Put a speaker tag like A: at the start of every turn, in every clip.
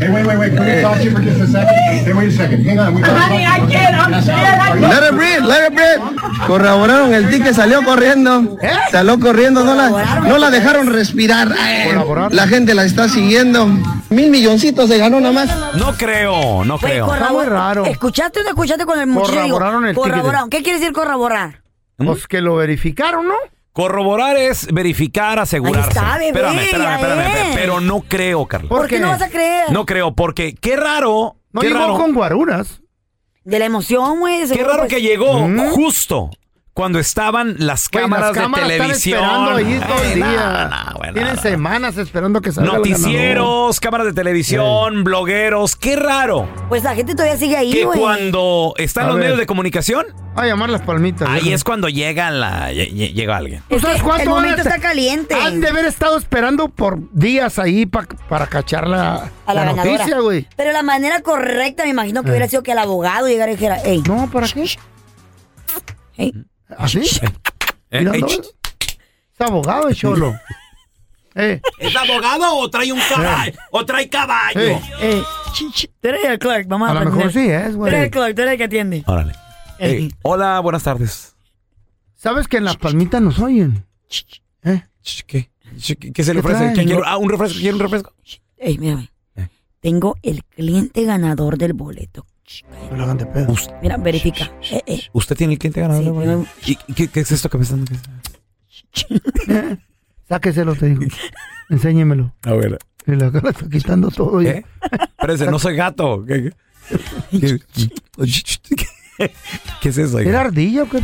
A: Hey, wait, wait, wait. Can we talk to you for just a second? Hey, wait a second. Hang on. We gotta talk to
B: Honey,
A: you.
B: I can't. I'm scared. I
C: Let it breathe, let it breathe. Corroboraron el ticket, salió corriendo. Salió corriendo, no la, no la dejaron respirar. Ay,
D: Colaboraron.
C: La gente la está siguiendo. Mil milloncitos se ganó nada más.
E: No creo, no
F: Güey,
E: creo.
F: corrobor-
D: Está muy raro.
F: ¿Escuchaste o no escuchaste con el muchacho? Digo,
D: Corroboraron el ticket.
F: corroboraron. ¿Qué quiere decir corroborar?
E: ¿Mm?
D: Pues que lo verificaron, ¿no?
E: Corroborar es verificar, asegurarse.
F: Ahí está, bebé,
E: espérame,
F: ya
E: espérame, espérame,
F: es.
E: espérame, Pero no creo, Carlos.
D: ¿Por
F: ¿Por, qué?
D: qué?
F: no vas a creer?
E: No creo, porque qué raro.
D: No
E: qué
D: llegó
E: raro,
D: con guaruras.
F: De la emoción, güey.
E: qué
F: seguro,
E: raro
F: pues.
E: que llegó justo cuando estaban las
D: Mm. Güey,
E: cámaras,
D: las cámaras
E: de televisión.
D: Están esperando ahí todo el
E: Ay,
D: día.
E: no, no, güey,
D: Tienen
E: no, no.
D: semanas esperando que salga el ganador.
E: Noticieros, cámaras de televisión, blogueros. Qué raro
F: Pues la gente todavía sigue ahí,
E: que
F: güey.
E: cuando están
D: A
E: los
D: ver.
E: medios de comunicación,
D: A llamar las palmitas.
E: ahí
D: ¿no?
E: es cuando llega la lle- lle- llega alguien.
D: ¿Tú sabes
F: que
D: cuánto
F: el
D: van a
F: momento
D: estar-
F: está caliente.
D: Han de haber estado esperando por días ahí pa- para cachar la,
F: a
D: la
F: la, ganadora.
D: noticia, güey.
F: Pero la manera correcta, me imagino que
D: Eh.
F: hubiera sido que el abogado llegara y dijera, hey,
D: No, ¿para qué?
F: hey,
D: ¿Así?
E: Eh,
D: Mira,
E: eh,
D: ¿no?
E: ch-
D: Es abogado, cholo. eh,
E: ¿Es abogado o trae un caballo? ¿O trae caballo?
D: eh.
F: hey, ch, ch, tú eres el clerk, vamos
D: A lo mejor sí es,
F: Tú eres
D: güey.
F: el clerk, tú eres el que atiende.
E: Órale.
D: Eh.
E: Ey, hola, buenas tardes.
D: ¿Sabes que en las palmitas nos oyen? ¿Eh?
E: Ch, ¿Qué? Ch, ¿Qué qué se le
D: ¿Qué
E: ofrece?
D: traen?
E: ¿Quién quiere? Ah, un refresco. ¿Quiere un refresco?
D: Eh.
F: Ey, mírame. tengo el cliente ganador del boleto. Mira, verifica. Eh, eh.
E: ¿Usted tiene el cliente ganador? güey?
F: tengo-
E: ¿Y qué, qué es esto que me están
D: Sáqueselo, te digo. Enséñemelo.
E: A ver.
D: Y la cara está quitando todo. ya.
E: ¿Eh? Espérese, no soy gato. ¿Qué, qué- qué- qué- qué es eso?
D: ¿Era
E: oiga?
D: ardilla o qué?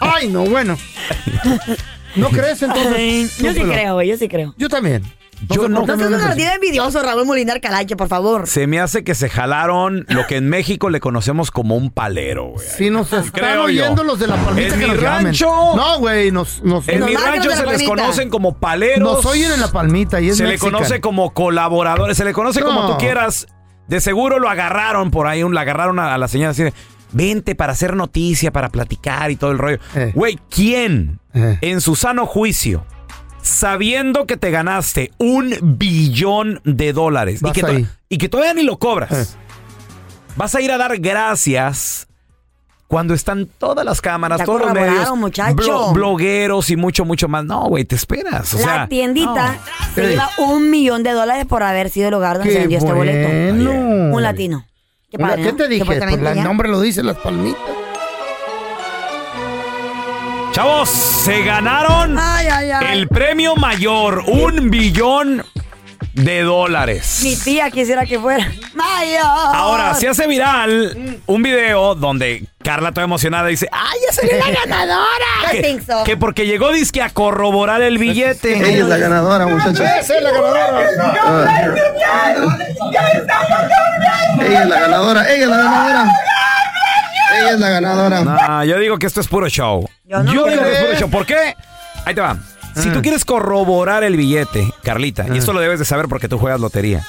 D: Ay, no, bueno. ¿No crees entonces?
F: Ay, Eh, yo sí
D: Súpelo.
F: creo, güey, yo sí creo.
D: Yo también.
E: Yo no-
D: ¿por qué me
F: No seas un
D: haces eso?
F: ardido envidioso, Raúl Molinar Calache, por favor.
E: Se me hace que se jalaron lo que en México le conocemos como un palero, güey.
D: Si nos están
E: Creo yo.
D: oyendo los de la palmita
E: En
D: que
E: mi
D: nos llamen.
E: rancho.
D: No, güey, nos, nos,
E: En
D: nos,
E: mi
F: Los
E: rancho
F: barrios de
E: se
F: la
E: les
F: Palmita.
E: conocen como paleros.
D: nos oyen en la palmita y es
E: Se le
D: mexican.
E: conoce como colaboradores, se le conoce como
D: No.
E: tú quieras. De seguro lo agarraron por ahí, un- la agarraron a, a la señora así de, vente para hacer noticia, para platicar y todo el rollo.
D: Eh.
E: Güey, ¿quién
D: Eh.
E: en su sano juicio, sabiendo que te ganaste un billón de dólares y
D: Vas
E: que, to-
D: ahí. Eh.
E: y que todavía ni lo cobras, vas a ir a dar gracias cuando están todas las cámaras,
F: Está
E: todos los
F: corroborado,
E: medios,
F: muchacho.
E: blogueros y mucho, mucho más? No, güey, te esperas. o sea,
F: la tiendita se
D: Sí.
F: lleva un millón de dólares por haber sido el hogar donde se
D: Qué
F: vendió este boleto.
D: bueno.
F: Un latino. Qué
D: Hola,
F: padre,
D: ¿Qué
F: ¿no?
D: te dije? Pues,
F: Supuestamente
D: la- el
F: ya.
D: nombre lo dice las palmitas.
E: Chavos, se ganaron
F: Ay, ay, ay.
E: el premio mayor, un billón de
F: Mi
E: dólares.
F: tía quisiera que fuera. ¡Mayor!
E: Ahora, se hace viral un video donde Carla toda emocionada dice, ¡Ay, ya salió la ganadora!
F: I
E: que,
F: think so.
E: que porque llegó dizque a corroborar el billete.
C: Ella es la ganadora, muchachos.
D: Esa es la ganadora.
C: Ella es la ganadora, ella es la ganadora. Ella es la ganadora.
E: No, yo digo que esto es puro show.
F: Yo no
E: digo
F: creo.
E: que es puro show. ¿Por qué? Ahí te va. Si
C: Ah.
E: tú quieres corroborar el billete, Carlita, y esto lo debes de saber porque tú juegas lotería.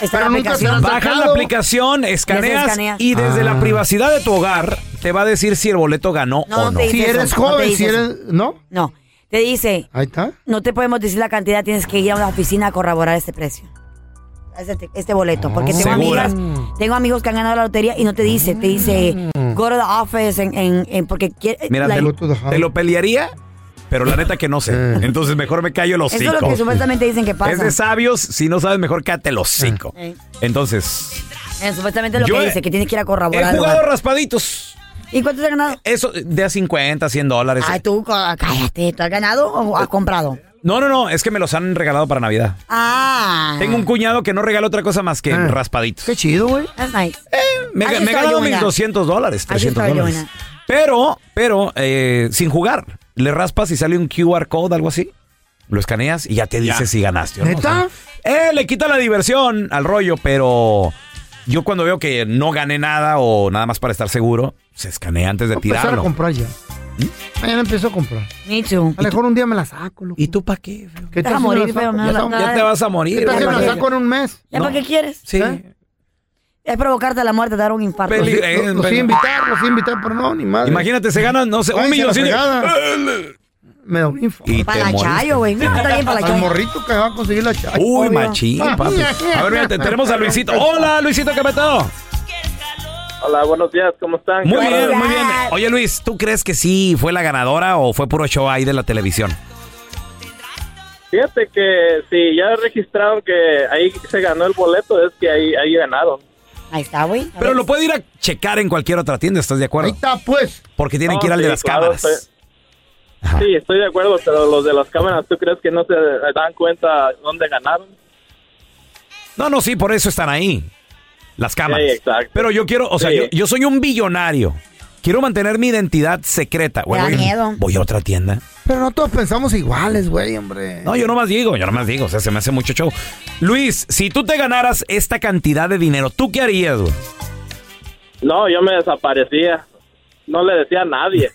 F: Está
D: Pero
F: la
D: nunca se
F: aplicación.
D: han
E: Bajas la
D: sacado.
E: aplicación, escaneas,
F: escaneas.
E: y desde la privacidad de tu hogar te va a decir si el boleto ganó
F: No,
E: o no.
F: no te
D: Si
F: dice eso,
D: eres
F: no te
D: joven,
F: dice
D: si
F: eso.
D: eres... ¿No?
F: No, te dice,
D: Ahí está.
F: no te podemos decir la cantidad, tienes que ir a una oficina a corroborar este precio. Este, este boleto, porque tengo
E: Ah, ¿Segura? Ah.
F: amigas, tengo amigos que han ganado la lotería y no te dice, te dice go to the office en, en- en- porque quiere-
E: Mira,
F: la-
E: te lo,
D: Bluetooth, ajá.
E: te lo pelearía, pero la neta que no sé. Entonces mejor me callo los
F: eso es lo que supuestamente dicen que pasa.
E: Es de sabios, si no sabes, mejor cállate el hocico.
F: Eh.
E: Entonces,
F: Eh, supuestamente es lo
E: Yo
F: que
E: he-
F: dice, que tienes que ir a
E: he
F: corroborar. el
E: jugado
F: lugar.
E: raspaditos.
F: ¿Y cuánto te has ganado?
E: Eso, de a 50, 100 dólares.
F: Ay, tú, co- cállate, ¿tú has ganado o has comprado?
E: No, no, no, es que me los han regalado para Navidad.
F: Ah.
E: Tengo un cuñado que no regala otra cosa más que
F: Pues
E: raspaditos.
D: Qué chido, güey.
F: That's nice.
E: Me,
F: Así
E: me he
F: estaba
E: ganado
F: yo, mira.
E: mis 200 dólares,
F: Así
E: 300
F: estaba yo,
E: dólares.
F: mira.
E: Pero, pero, eh, sin jugar. Le raspas y sale un QR code, algo así. Lo escaneas y ya te dice si ganaste o no.
D: ¿Neta?
E: O sea, eh, le quita la diversión al rollo, pero yo cuando veo que no gané nada o nada más para estar seguro, se escanea antes de
D: Voy a empezar a
E: tirarlo.
D: comprar ya.
E: ¿Mm?
D: Mañana empiezo a comprar.
F: Me too.
D: A lo mejor un día me la saco, loco.
E: ¿Y tú para qué? feo?
D: ¿Qué
F: Te vas a morir,
D: me la
F: feo,
D: saco?
F: me
D: Ya
F: vas a
D: estamos-
E: Ya te vas a
D: ¿Qué
E: morir.
D: tal si me
E: güey.
D: la saco en un mes?
F: ¿Ya
E: No.
F: para qué quieres?
E: Sí.
D: ¿Eh?
F: Es provocarte la muerte, dar un infarto.
E: Peli-
D: Los-
E: Eh,
D: Los los iba
E: bueno.
D: a invitar, los iba a invitar, pero no, ni madre.
E: Imagínate, se ganan, no sé, un
D: Váyanse a la
E: milloncito.
D: fregada. Me da un info.
E: Y te
F: Para la
E: moriste.
F: chayo, güey. No, Está bien para la
D: Al
F: chayo.
D: morrito que va a conseguir la Ah, chaya.
E: Uy,
F: Obvio.
E: machín, papi. A ver, mírate, tenemos a Luisito. Oh, Hola, Luisito, ¿qué petado?
B: Hola, buenos días, ¿cómo están?
E: Muy
B: ¿Qué
E: bien,
B: tal?
E: muy bien. Oye, Luis, ¿tú crees que sí fue la ganadora o fue puro show ahí de la televisión?
B: Fíjate que si ya registraron que ahí se ganó el boleto, es que ahí, ahí ganaron.
F: Ahí está, güey. A
E: Pero
F: ver.
E: lo puede ir a checar en cualquier otra tienda, ¿estás de
D: Ahí
E: acuerdo?
D: está, pues.
E: Porque tienen
B: No,
E: que ir al de
B: sí,
E: las
B: claro,
E: cámaras. Ajá.
B: Sí, estoy de acuerdo, pero los de las cámaras, ¿tú crees que no se dan cuenta dónde ganaron?
E: No, no, sí, por eso están ahí. Las cámaras.
B: Sí, exacto.
E: Pero yo quiero, o sea,
B: Sí.
E: yo, yo soy un billonario. Quiero mantener mi identidad secreta. Güey,
F: da
E: voy-
F: miedo.
E: Voy a otra tienda.
D: Pero no todos pensamos iguales, güey, hombre.
E: No, yo nomás digo, yo nomás digo, o sea, se me hace mucho show. Luis, si tú te ganaras esta cantidad de dinero, ¿tú qué harías, güey?
B: No, yo me desaparecía. No le decía a nadie.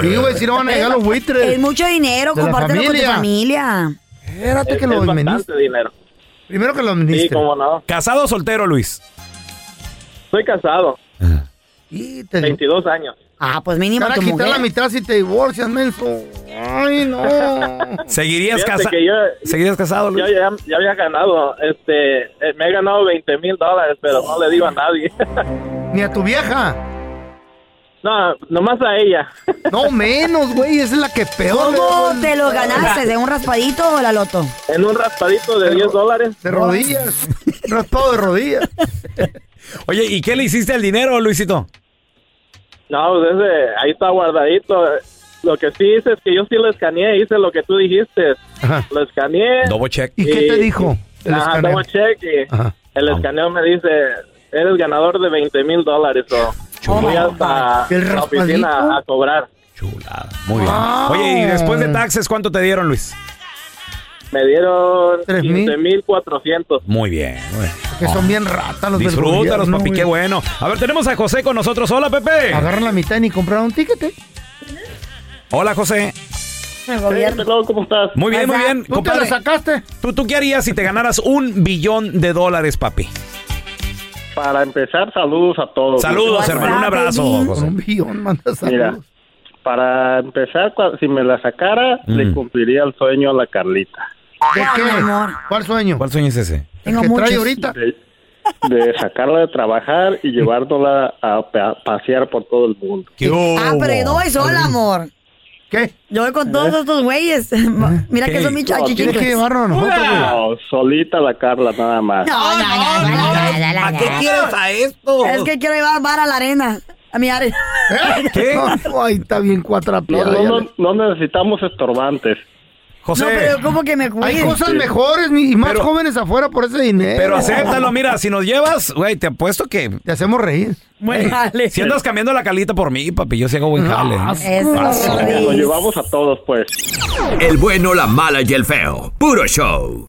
D: Sí, güey, si no van a llegar los
F: Es
D: buitres.
F: mucho dinero,
D: De la
F: compártelo con tu familia.
D: Espérate
B: es
D: que
B: es
D: lo administres.
B: bastante dinero.
D: Primero que lo
B: Sí,
D: administres.
B: cómo no.
E: ¿Casado o soltero, Luis?
B: Soy casado,
D: Y te
B: 22 años.
F: Ah, pues mínimo
D: Cara,
F: tu
D: quitar
F: mujer.
D: la mitad si te divorcias, menso. Ay, no.
E: ¿Seguirías,
B: Fíjate
E: casa-
B: que yo,
E: ¿Seguirías casado, Luis?
B: yo ya, ya había ganado, este, eh, me he ganado 20 mil dólares, pero no le digo a nadie.
D: Ni a tu vieja.
B: No, nomás a ella.
D: No menos, güey, es la que peor. le
F: ¿Cómo
D: doy.
F: te lo ganaste? ¿De un raspadito o la loto?
B: En un raspadito de 10 dólares.
D: De rodillas. Raspado de rodillas.
E: Oye, ¿y qué le hiciste al dinero, Luisito?
B: No, pues ese, ahí está guardadito. Lo que sí hice es que yo sí lo escaneé, hice lo que tú dijiste.
D: Ajá.
B: Lo escaneé.
E: Double check.
D: ¿Y qué te
B: Y-
D: dijo? el
B: Ajá,
D: escaneo?
B: double check y
D: Ajá.
B: el escaneo me dice, eres ganador de 20 mil dólares o voy hasta
D: ¿El
B: la
D: raspadito?
B: oficina a cobrar.
E: Chulada. Muy bien. Oye, ¿y después de taxes cuánto te dieron, Luis?
B: Me dieron
D: ¿Tres mil?
B: 15 mil 400.
E: Muy bien. muy bien.
D: Que son bien ratas los del
E: Ah, Disfrútalos,
D: gobierno,
E: papi,
D: güey.
E: qué bueno. A ver, tenemos a José con nosotros. Hola, Pepe.
D: Agarran la mitad y ni compraron un ticket. ¿eh?
E: Hola, José.
F: El gobierno.
B: ¿Cómo estás?
E: Muy bien, muy
F: Ajá.
D: ¿Tú
E: bien.
D: te la
E: Compadre,
D: sacaste?
E: ¿tú, ¿tú qué harías si te ganaras un billón de dólares, papi?
B: Para empezar, saludos a todos.
E: Saludos,
F: What's
E: hermano. Un
F: up,
E: abrazo,
F: baby?
D: Con
E: José.
D: un billón, mandas
B: Pues Mira,
D: saludos.
B: para empezar, cua- si me la sacara, le cumpliría el sueño a la Carlita.
D: ¿De qué?
F: mi amor.
D: ¿Cuál sueño?
E: ¿Cuál sueño es ese?
F: Tengo
D: ¿El que trae
F: muchos.
D: ahorita?
B: De, de sacarla de trabajar y llevándola a pa- pasear por todo el mundo.
E: ¿Qué hubo?
F: Ah, pero yo doy sola, amor.
D: ¿Qué?
F: Yo voy con todos estos güeyes. Mira que
E: ¿Qué?
F: son mis
D: ¿Tienes
F: chachichitos.
D: que llevarnos a nosotros, güey?
B: No, solita la Carla, nada más.
F: No, no, no, no, no, no, no, no.
E: quieres a esto?
F: Es que quiero llevar bar a la arena. A mi arena.
E: ¿Qué?
D: No, ahí está bien
B: No,
D: cuatrapeada.
B: no,
D: ya
B: no,
D: le-
B: no necesitamos estorbantes.
E: José.
F: No, pero como que me
D: Hay
F: cuiden.
D: cosas mejores ni- y más
E: Pero-
D: jóvenes afuera por ese dinero.
E: Pero acéptalo, mira, si nos llevas, güey, te apuesto que.
D: Te hacemos reír.
E: güey,
F: Dale.
E: si andas cambiando la calita por mí, papi, yo sí hago buen jale.
D: Ah,
F: Eso,
B: Lo
F: Luis.
B: llevamos a todos, pues.
G: El bueno, la mala y el feo. Puro show.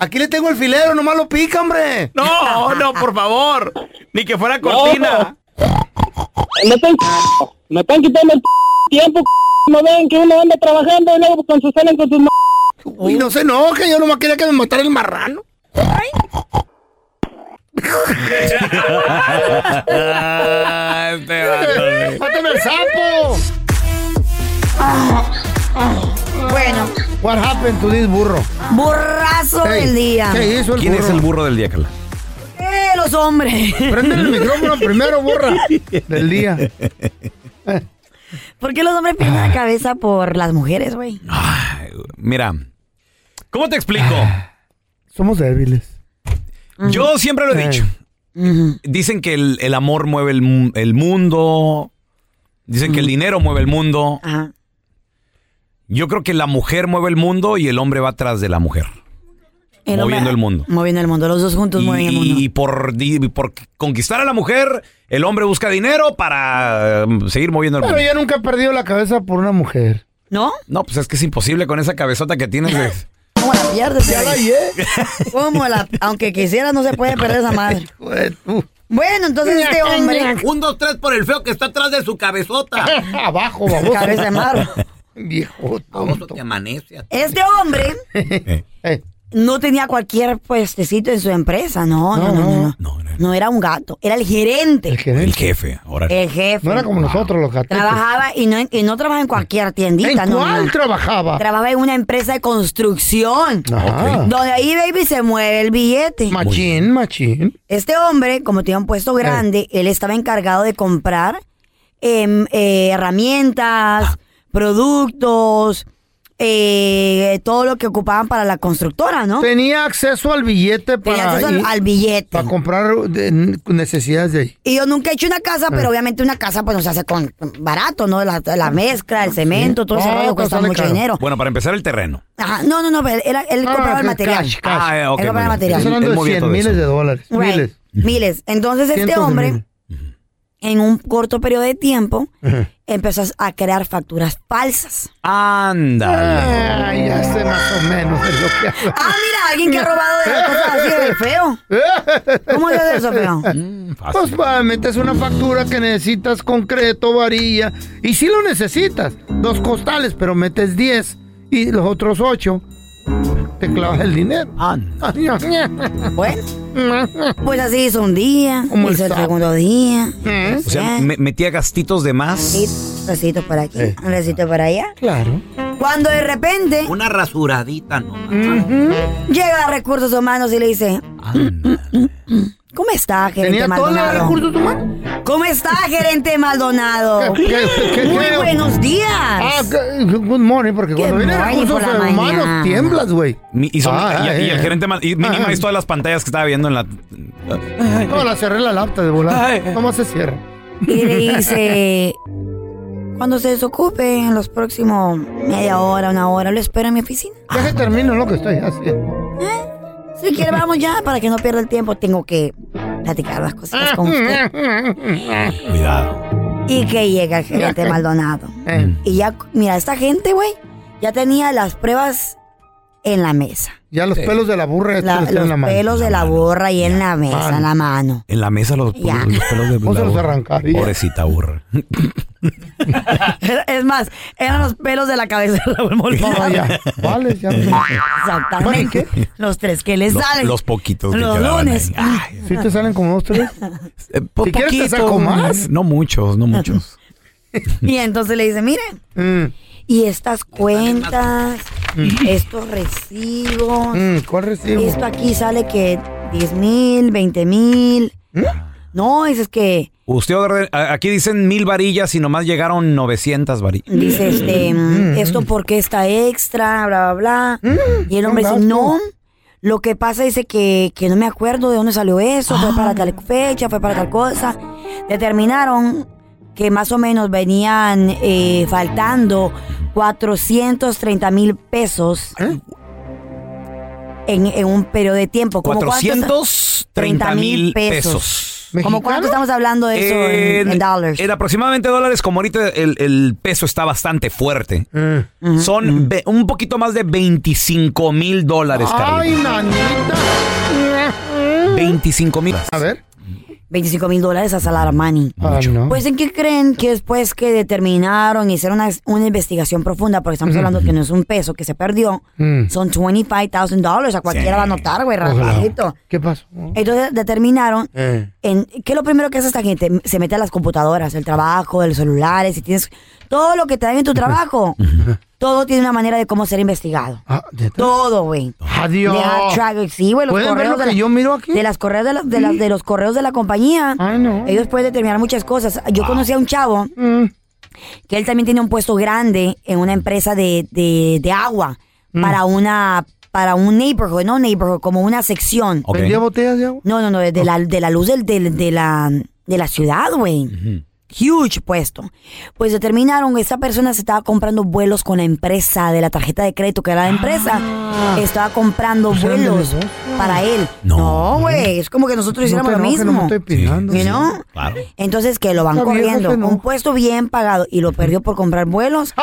D: Aquí le tengo el filero, nomás lo pica, hombre.
E: No, no, por favor. Ni que fuera cortina.
H: Me están, me están quitando el tiempo. No ven que uno anda trabajando y luego con sus salen con sus.
D: Uy, no se enoje, yo nomás quería que me matara el marrano. ¡Mátame el sapo!
F: Bueno.
D: What happened to this burro?
F: Burrazo
D: Hey,
F: del día.
D: ¿Qué hizo el
E: ¿Quién
D: burro?
E: es el burro del día, Carla?
F: Eh, los hombres.
D: Prende el micrófono primero, burra. Del día.
F: ¿Por qué los hombres pierden la cabeza por las mujeres, güey?
E: Mira, ¿cómo te explico?
D: Somos débiles.
E: Yo siempre lo he dicho. Dicen que el, el amor mueve el, mu- el mundo. Dicen que el dinero mueve el mundo.
F: Ajá.
E: Yo creo que la mujer mueve el mundo y el hombre va atrás de la mujer.
F: El hombre-
E: Moviendo el mundo.
F: Moviendo el mundo. Los dos juntos
E: Y,
F: mueven el mundo.
E: y por, di- por conquistar a la mujer, el hombre busca dinero para eh, seguir moviendo el
D: Pero
E: mundo.
D: yo nunca he perdido la cabeza por una mujer.
F: ¿No?
E: No, pues es que es imposible con esa cabezota que tienes. de-
F: ¿Cómo la pierdes? güey? ¿Cómo la.? Aunque quisiera, no se puede perder esa madre. Bueno, entonces este hombre.
E: Un, dos, tres por el feo que está atrás de su cabezota.
D: Abajo, baboso.
F: Cabeza de mar.
D: Viejo tonto.
E: amanece.
F: Este hombre
D: Eh,
F: no tenía cualquier puestecito en su empresa. No, no, no, no. No, No era un gato. Era el gerente.
D: el gerente.
E: El jefe, ahora.
F: El jefe.
D: No era como nosotros los gatos.
F: Trabajaba y no, y no trabajaba en cualquier tiendita,
D: ¿En
F: no,
D: cuál
F: no.
D: trabajaba?
F: Trabajaba en una empresa de construcción.
D: Ajá.
F: Donde ahí, baby, se mueve el billete.
D: Machín, machín.
F: Este hombre, como tenía un puesto
D: Eh.
F: grande, él estaba encargado de comprar em, eh,
D: Ah.
F: herramientas, productos, eh, todo lo que ocupaban para la constructora, ¿no?
D: Tenía acceso al billete para,
F: Tenía acceso al,
D: ir-
F: al billete.
D: para comprar de- necesidades de ahí.
F: Y yo nunca he hecho una casa,
D: Ah.
F: pero obviamente una casa pues no se hace con con barato, ¿no? La, la mezcla, el cemento, todo ese
D: Ah,
F: rollo
D: pero
F: cuesta
D: sale
F: mucho
D: caro.
F: dinero.
E: Bueno, para empezar el terreno.
F: Ajá, no, no, no, pero él, él
D: Ah,
F: compraba
D: cash,
F: el material.
D: cash.
E: Ah, eh, ok,
F: Él compraba
E: muy bien.
F: material.
D: Estás
F: Él
D: hablando
E: Él
D: de
E: movía
D: 100
E: todo
D: miles
E: eso.
D: de dólares.
F: Right.
D: Miles.
F: Miles. Entonces este
D: Cientos de
F: hombre, en un corto periodo de tiempo, empezó a crear facturas falsas.
E: Anda.
D: Ah, ya sé más o menos de lo que habla.
F: Ah, mira, alguien que ha robado de las cosas así de feo. ¿Cómo se hace eso, feo?
E: Mm,
D: Pues va, metes una factura que necesitas concreto, varilla. Y si lo necesitas, dos costales, pero metes 10 y los otros 8 te clavas el dinero.
F: Bueno, pues así hizo un día,
D: Como el
F: hizo el
D: sapo.
F: segundo día.
D: ¿Eh?
F: pues
E: O
F: Eh.
E: sea, me- metía gastitos de
F: Y
E: más.
F: un besito para aquí, un besito para allá.
D: Claro.
F: Cuando de repente
E: Una rasuradita nomás.
F: llega a Recursos Humanos y le dice,
E: Anda.
F: ¿cómo está, gerente
D: Tenía todos los
F: Maldonado?
D: recursos humanos.
F: ¿Cómo está, gerente Maldonado?
D: ¿Qué- qué- qué-
F: Muy
D: qué-
F: buenos días.
D: Ah, que- good morning, porque cuando
F: Good
D: vienen
F: morning
D: recursos
F: por la mañana.
D: humanos tiemblas, güey.
E: Mi- Y, son-
D: Ah,
E: y-
D: ah,
E: y
D: eh.
E: el gerente ma- y mínimo
D: Ah.
E: es todas las pantallas que estaba viendo en la.
D: No, la cerré la lapta de volar.
E: Ay.
D: ¿Cómo se cierra?
F: Y le dice, cuando se desocupe en los próximos media hora, una hora, lo espero en mi oficina.
D: Ya que termino lo que estoy haciendo.
F: Si quiere, vamos ya, para que no pierda el tiempo. Tengo que platicar las cositas con
D: Ah, mm,
F: usted.
E: Cuidado.
F: Y que llega el gerente Maldonado.
D: Eh,
F: Y ya, mira, esta gente, güey, ya tenía las pruebas en la mesa.
D: ya los pelos de la burra
F: La-
D: ya están en
F: los
D: la mano.
F: pelos de la borra y en la mesa, en la mano.
E: En la mesa los,
F: Ya.
E: los pelos de
D: ¿Cómo se los
E: la-
D: arrancaría?
E: Pobrecita burra.
F: Era- Es más, eran los pelos de la cabeza de Raúl
D: No,
F: Molina.
D: ya. Vale, ya.
F: Exactamente. Los tres que le
E: Los,
F: salen.
E: los poquitos que
F: Los
E: quedaban
F: lunes.
E: ahí. Ay,
D: Si te salen como dos, tres.
E: eh, po-
D: Si quieres te
E: poquitos,
D: saco más.
E: No muchos, no muchos.
F: Y entonces le dice, mire,
D: Mm,
F: y estas cuentas, estos recibos,
D: mm, ¿Cuál recibo?
F: esto aquí sale que 10 mil, 20 mil.
D: ¿Mm?
F: No, dices que,
E: Usted orden- a- aquí dicen mil varillas y nomás llegaron 900 varillas.
F: dice este, mm, esto porque está extra, bla, bla, bla. Y el hombre dice, no. Lo que pasa dice que, que no me acuerdo de dónde salió eso, fue para tal fecha, fue para tal cosa. Determinaron que más o menos venían eh, faltando 430 mil pesos en, en un periodo de tiempo. Como cuántos-
E: 430 mil pesos.
F: ¿Como cuánto estamos hablando de eso en, en dólares?
E: En aproximadamente dólares, como ahorita el, el peso está bastante fuerte.
D: Mm.
E: Son ve- un poquito más de 25 mil dólares, Carlita.
D: Ay, nanita.
E: 25 mil.
D: A ver. ah,
F: 25 mil dólares a Salar Armani.
E: no.
F: Pues, ¿en qué creen que después que determinaron y hicieron una, una investigación profunda?
D: Mm.
F: Porque estamos
I: Ujú.
F: hablando que no es un peso que se perdió.
I: Mm.
F: Son 25,000 dólares. A cualquiera
I: Sí.
F: va a notar, güey,
I: Ojalá.
F: rapidito.
D: ¿Qué pasó?
F: Entonces determinaron
I: Eh.
F: en, ¿Qué es lo primero que hace esta gente? Se mete a las computadoras, el trabajo, el celulares, si tienes todo lo que te dan en tu trabajo. todo tiene una manera de cómo ser investigado. todo, güey.
D: Ah, Adiós.
F: They have track- sí, güey, los
D: ¿Pueden ver
F: correos
D: lo
F: de
D: que
F: la-
D: yo miro aquí? Ah,
F: De las correos de, la- de, las- de los correos de la compañía. Ellos pueden determinar muchas cosas. Yo conocí a un chavo que él también tiene un puesto grande en una empresa de, de- de agua para una para un neighborhood, no neighborhood, como una sección.
D: Ok. ¿Vendía botellas de agua?
F: No, no, no, de, la, de la luz del, del- de, la, de la ciudad, güey. Huge puesto. Pues determinaron que esta persona se estaba comprando vuelos con la empresa de la tarjeta de crédito que era la empresa. Estaba comprando
I: eran de
F: vuelos para él. No, güey. es como que nosotros hiciéramos lo mismo. You know? Entonces que lo van
I: Está bien,
F: corriendo.
I: jefe, no.
F: Un puesto bien pagado y lo perdió por comprar vuelos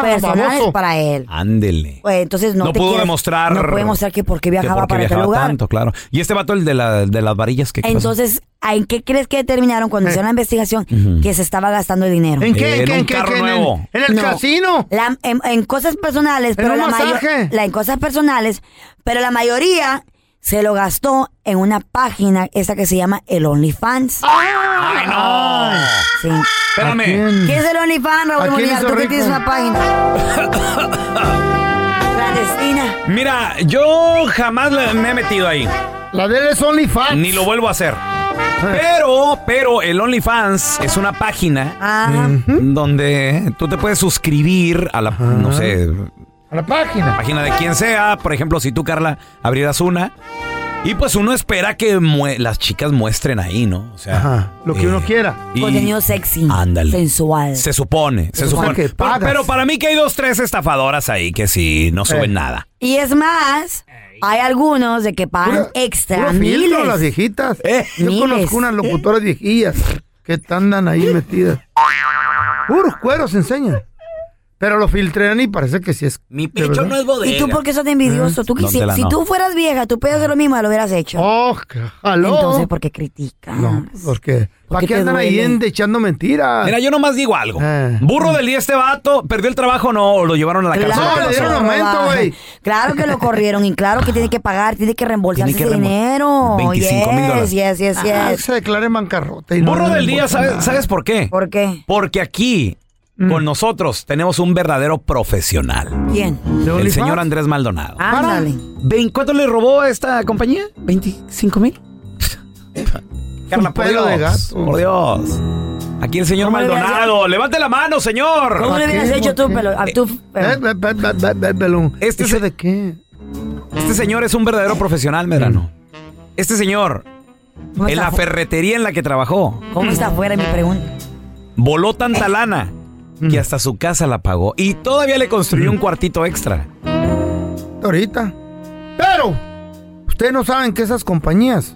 F: personales
E: baboso.
F: para él.
E: Ándele.
F: Pues, entonces no,
E: Ah. No
F: te
E: pudo
F: quieres-
E: demostrar-
F: No puede demostrar que por qué
E: Que
F: viajaba
E: porque
F: para aquel
E: viajaba
F: lugar.
E: tanto, claro. Y este vato, el de, la- de las varillas que
F: Entonces, ¿en qué crees que determinaron cuando hicieron la investigación
E: Ujú.
F: que se estaba gastando el dinero?
E: ¿En qué? ¿En ¿En qué? un ¿En qué? carro ¿En el- nuevo?
D: en el casino?
F: en, en cosas personales, pero
D: un
F: la mayo-
D: masaje?
F: la- en cosas personales, pero la mayoría se lo gastó en una página esa que se llama el OnlyFans.
E: ¡Ay, no!
F: Sí.
E: Espérame.
F: ¿Qué es el OnlyFans,
E: ¿A
F: Raúl
E: quién
F: Molina?
E: hizo
F: Tú que
E: rico?
F: tienes una página clandestina.
E: Mira, yo jamás la- me he metido ahí.
D: La de él es OnlyFans.
E: Ni lo vuelvo a hacer. Pero, pero el OnlyFans es una página
F: Ajá.
E: donde tú te puedes suscribir a la, no sé,
D: A la página.
E: página de quien sea. Por ejemplo, si tú, Carla, abrirás una. Y pues uno espera que mue- las chicas muestren ahí, ¿no? O sea,
D: Lo que
E: eh,
D: uno quiera.
E: y-
F: Contenido sexy.
E: Ándale.
F: Sensual.
E: Se supone, se,
F: Se supone
E: supone.
F: que
E: Por-
F: pagas.
E: pero para mí que hay dos, tres estafadoras ahí que sí, no suben nada.
F: Y es más, hay algunos de que pagan extra.
D: Puro filtro,
F: miles.
D: las viejitas. Yo
F: Miles.
D: conozco unas locutoras viejillas que andan ahí metidas. Puros cueros enseñan. Pero lo filtrean y parece que sí es. Mi
F: ¿Y tú por qué sos de envidioso?
E: ¿Eh?
F: Tú quisi-
D: Dóntela,
F: si
D: no.
F: tú fueras vieja, tú puedes hacer lo mismo, lo hubieras hecho.
D: Oh, jaló.
F: Entonces, ¿por qué criticas?
D: No, porque. ¿Para
F: qué
D: qué
F: te
D: andan ahí
F: duele?
D: en- echando mentiras?
E: Mira, yo nomás digo algo. Burro del día este vato, perdió el trabajo, no, lo llevaron a la cárcel. ¿Qué
F: Claro,
E: pasó?
F: que lo robaron. Claro que lo corrieron y claro que tiene que pagar, tiene que reembolsar
E: Tiene que
F: ese
E: reembol-
F: dinero.
E: 25,000 dólares.
F: Yes, yes, yes,
D: Ah, que
F: yes.
D: se declare bancarrota. y no
E: Burro
D: le
E: del día,
D: importa nada.
E: ¿sabes, ¿sabes por qué?
F: ¿Por qué?
E: Porque aquí, con nosotros, tenemos un verdadero profesional.
F: ¿Quién?
E: El señor Andrés
F: Ah,
E: Maldonado.
F: Ándale.
E: Vein- ¿Cuánto le robó a esta compañía? ¿25 mil? Carla, por
D: pelo
E: Dios,
D: de
E: por Dios. Aquí el señor
D: ¿Cómo le
E: Maldonado. Levante la mano, señor.
F: ¿Cómo le hubieras hecho tú, pelo? A tú,
D: Eh,
F: pelo?
D: ve- ve- ve- ve- ve- pelón.
E: Este
D: ¿Eso
E: se-
D: de qué?
E: Este señor es un verdadero profesional, Medrano. Este señor,
F: ¿Cómo
E: en
F: está
E: la
F: fu-
E: ferretería en la que trabajó,
F: ¿Cómo está afuera? Mi pregunta.
E: voló tanta lana que hasta su casa la pagó. Y todavía le construyó un cuartito extra.
D: ahorita. Pero ustedes no saben que esas compañías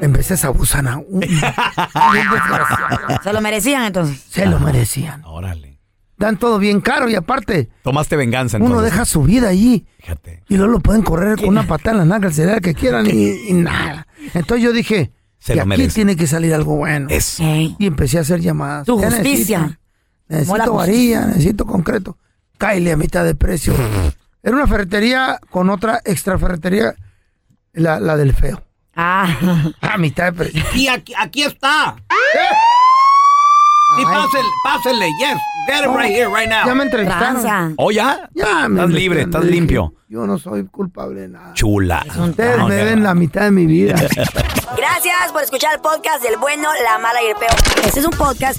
D: en veces abusan a uno.
F: ¿Se lo merecían entonces?
D: Se lo merecían.
E: Órale.
D: Dan todo bien caro y aparte,
E: Tomaste venganza, entonces.
D: uno deja su vida allí. Y luego lo pueden correr con una patada en la nalga, el celular que quieran y, y nada. Entonces yo dije,
E: Se
D: que
E: lo
D: aquí
E: merece.
D: tiene que salir algo bueno.
F: Eh,
D: Y empecé a hacer llamadas.
F: Tu
D: Ya
F: justicia.
D: Necesito,
F: Mola
D: necesito
F: justicia.
D: varilla, necesito concreto. Cáele a mitad de precio. Era una ferretería con otra extra ferretería, la, la del feo.
F: Ah.
D: A mitad de precio.
J: Y aquí, aquí está. Sí, pásenle, pásenle, yes. Get it right here, right now.
D: Ya me entrevistaron.
J: Tranza.
E: ¿Oh, ya?
D: Ya me
E: Estás libre,
D: entrevistaron.
E: estás
D: Le dije,
E: limpio.
D: Yo no soy culpable de nada.
E: Chula.
D: Ustedes
E: No,
D: me
E: de
D: ven la mitad de mi vida.
F: Gracias por escuchar el podcast del bueno, la mala y el peor. Este es un podcast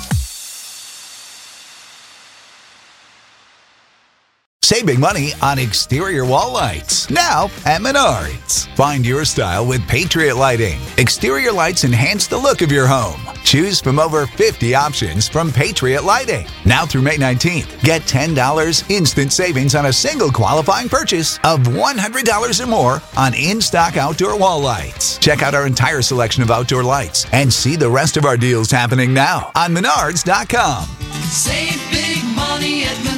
K: Saving money on exterior wall lights. Now at Menards. Find your style with Patriot Lighting. Exterior lights enhance the look of your home. Choose from over 50 options from Patriot Lighting. Now through May 19th, get $10 instant savings on a single qualifying purchase of $100 or more on in stock outdoor wall lights. Check out our entire selection of outdoor lights and see the rest of our deals happening now on Menards.com.
L: Save big money at Menards.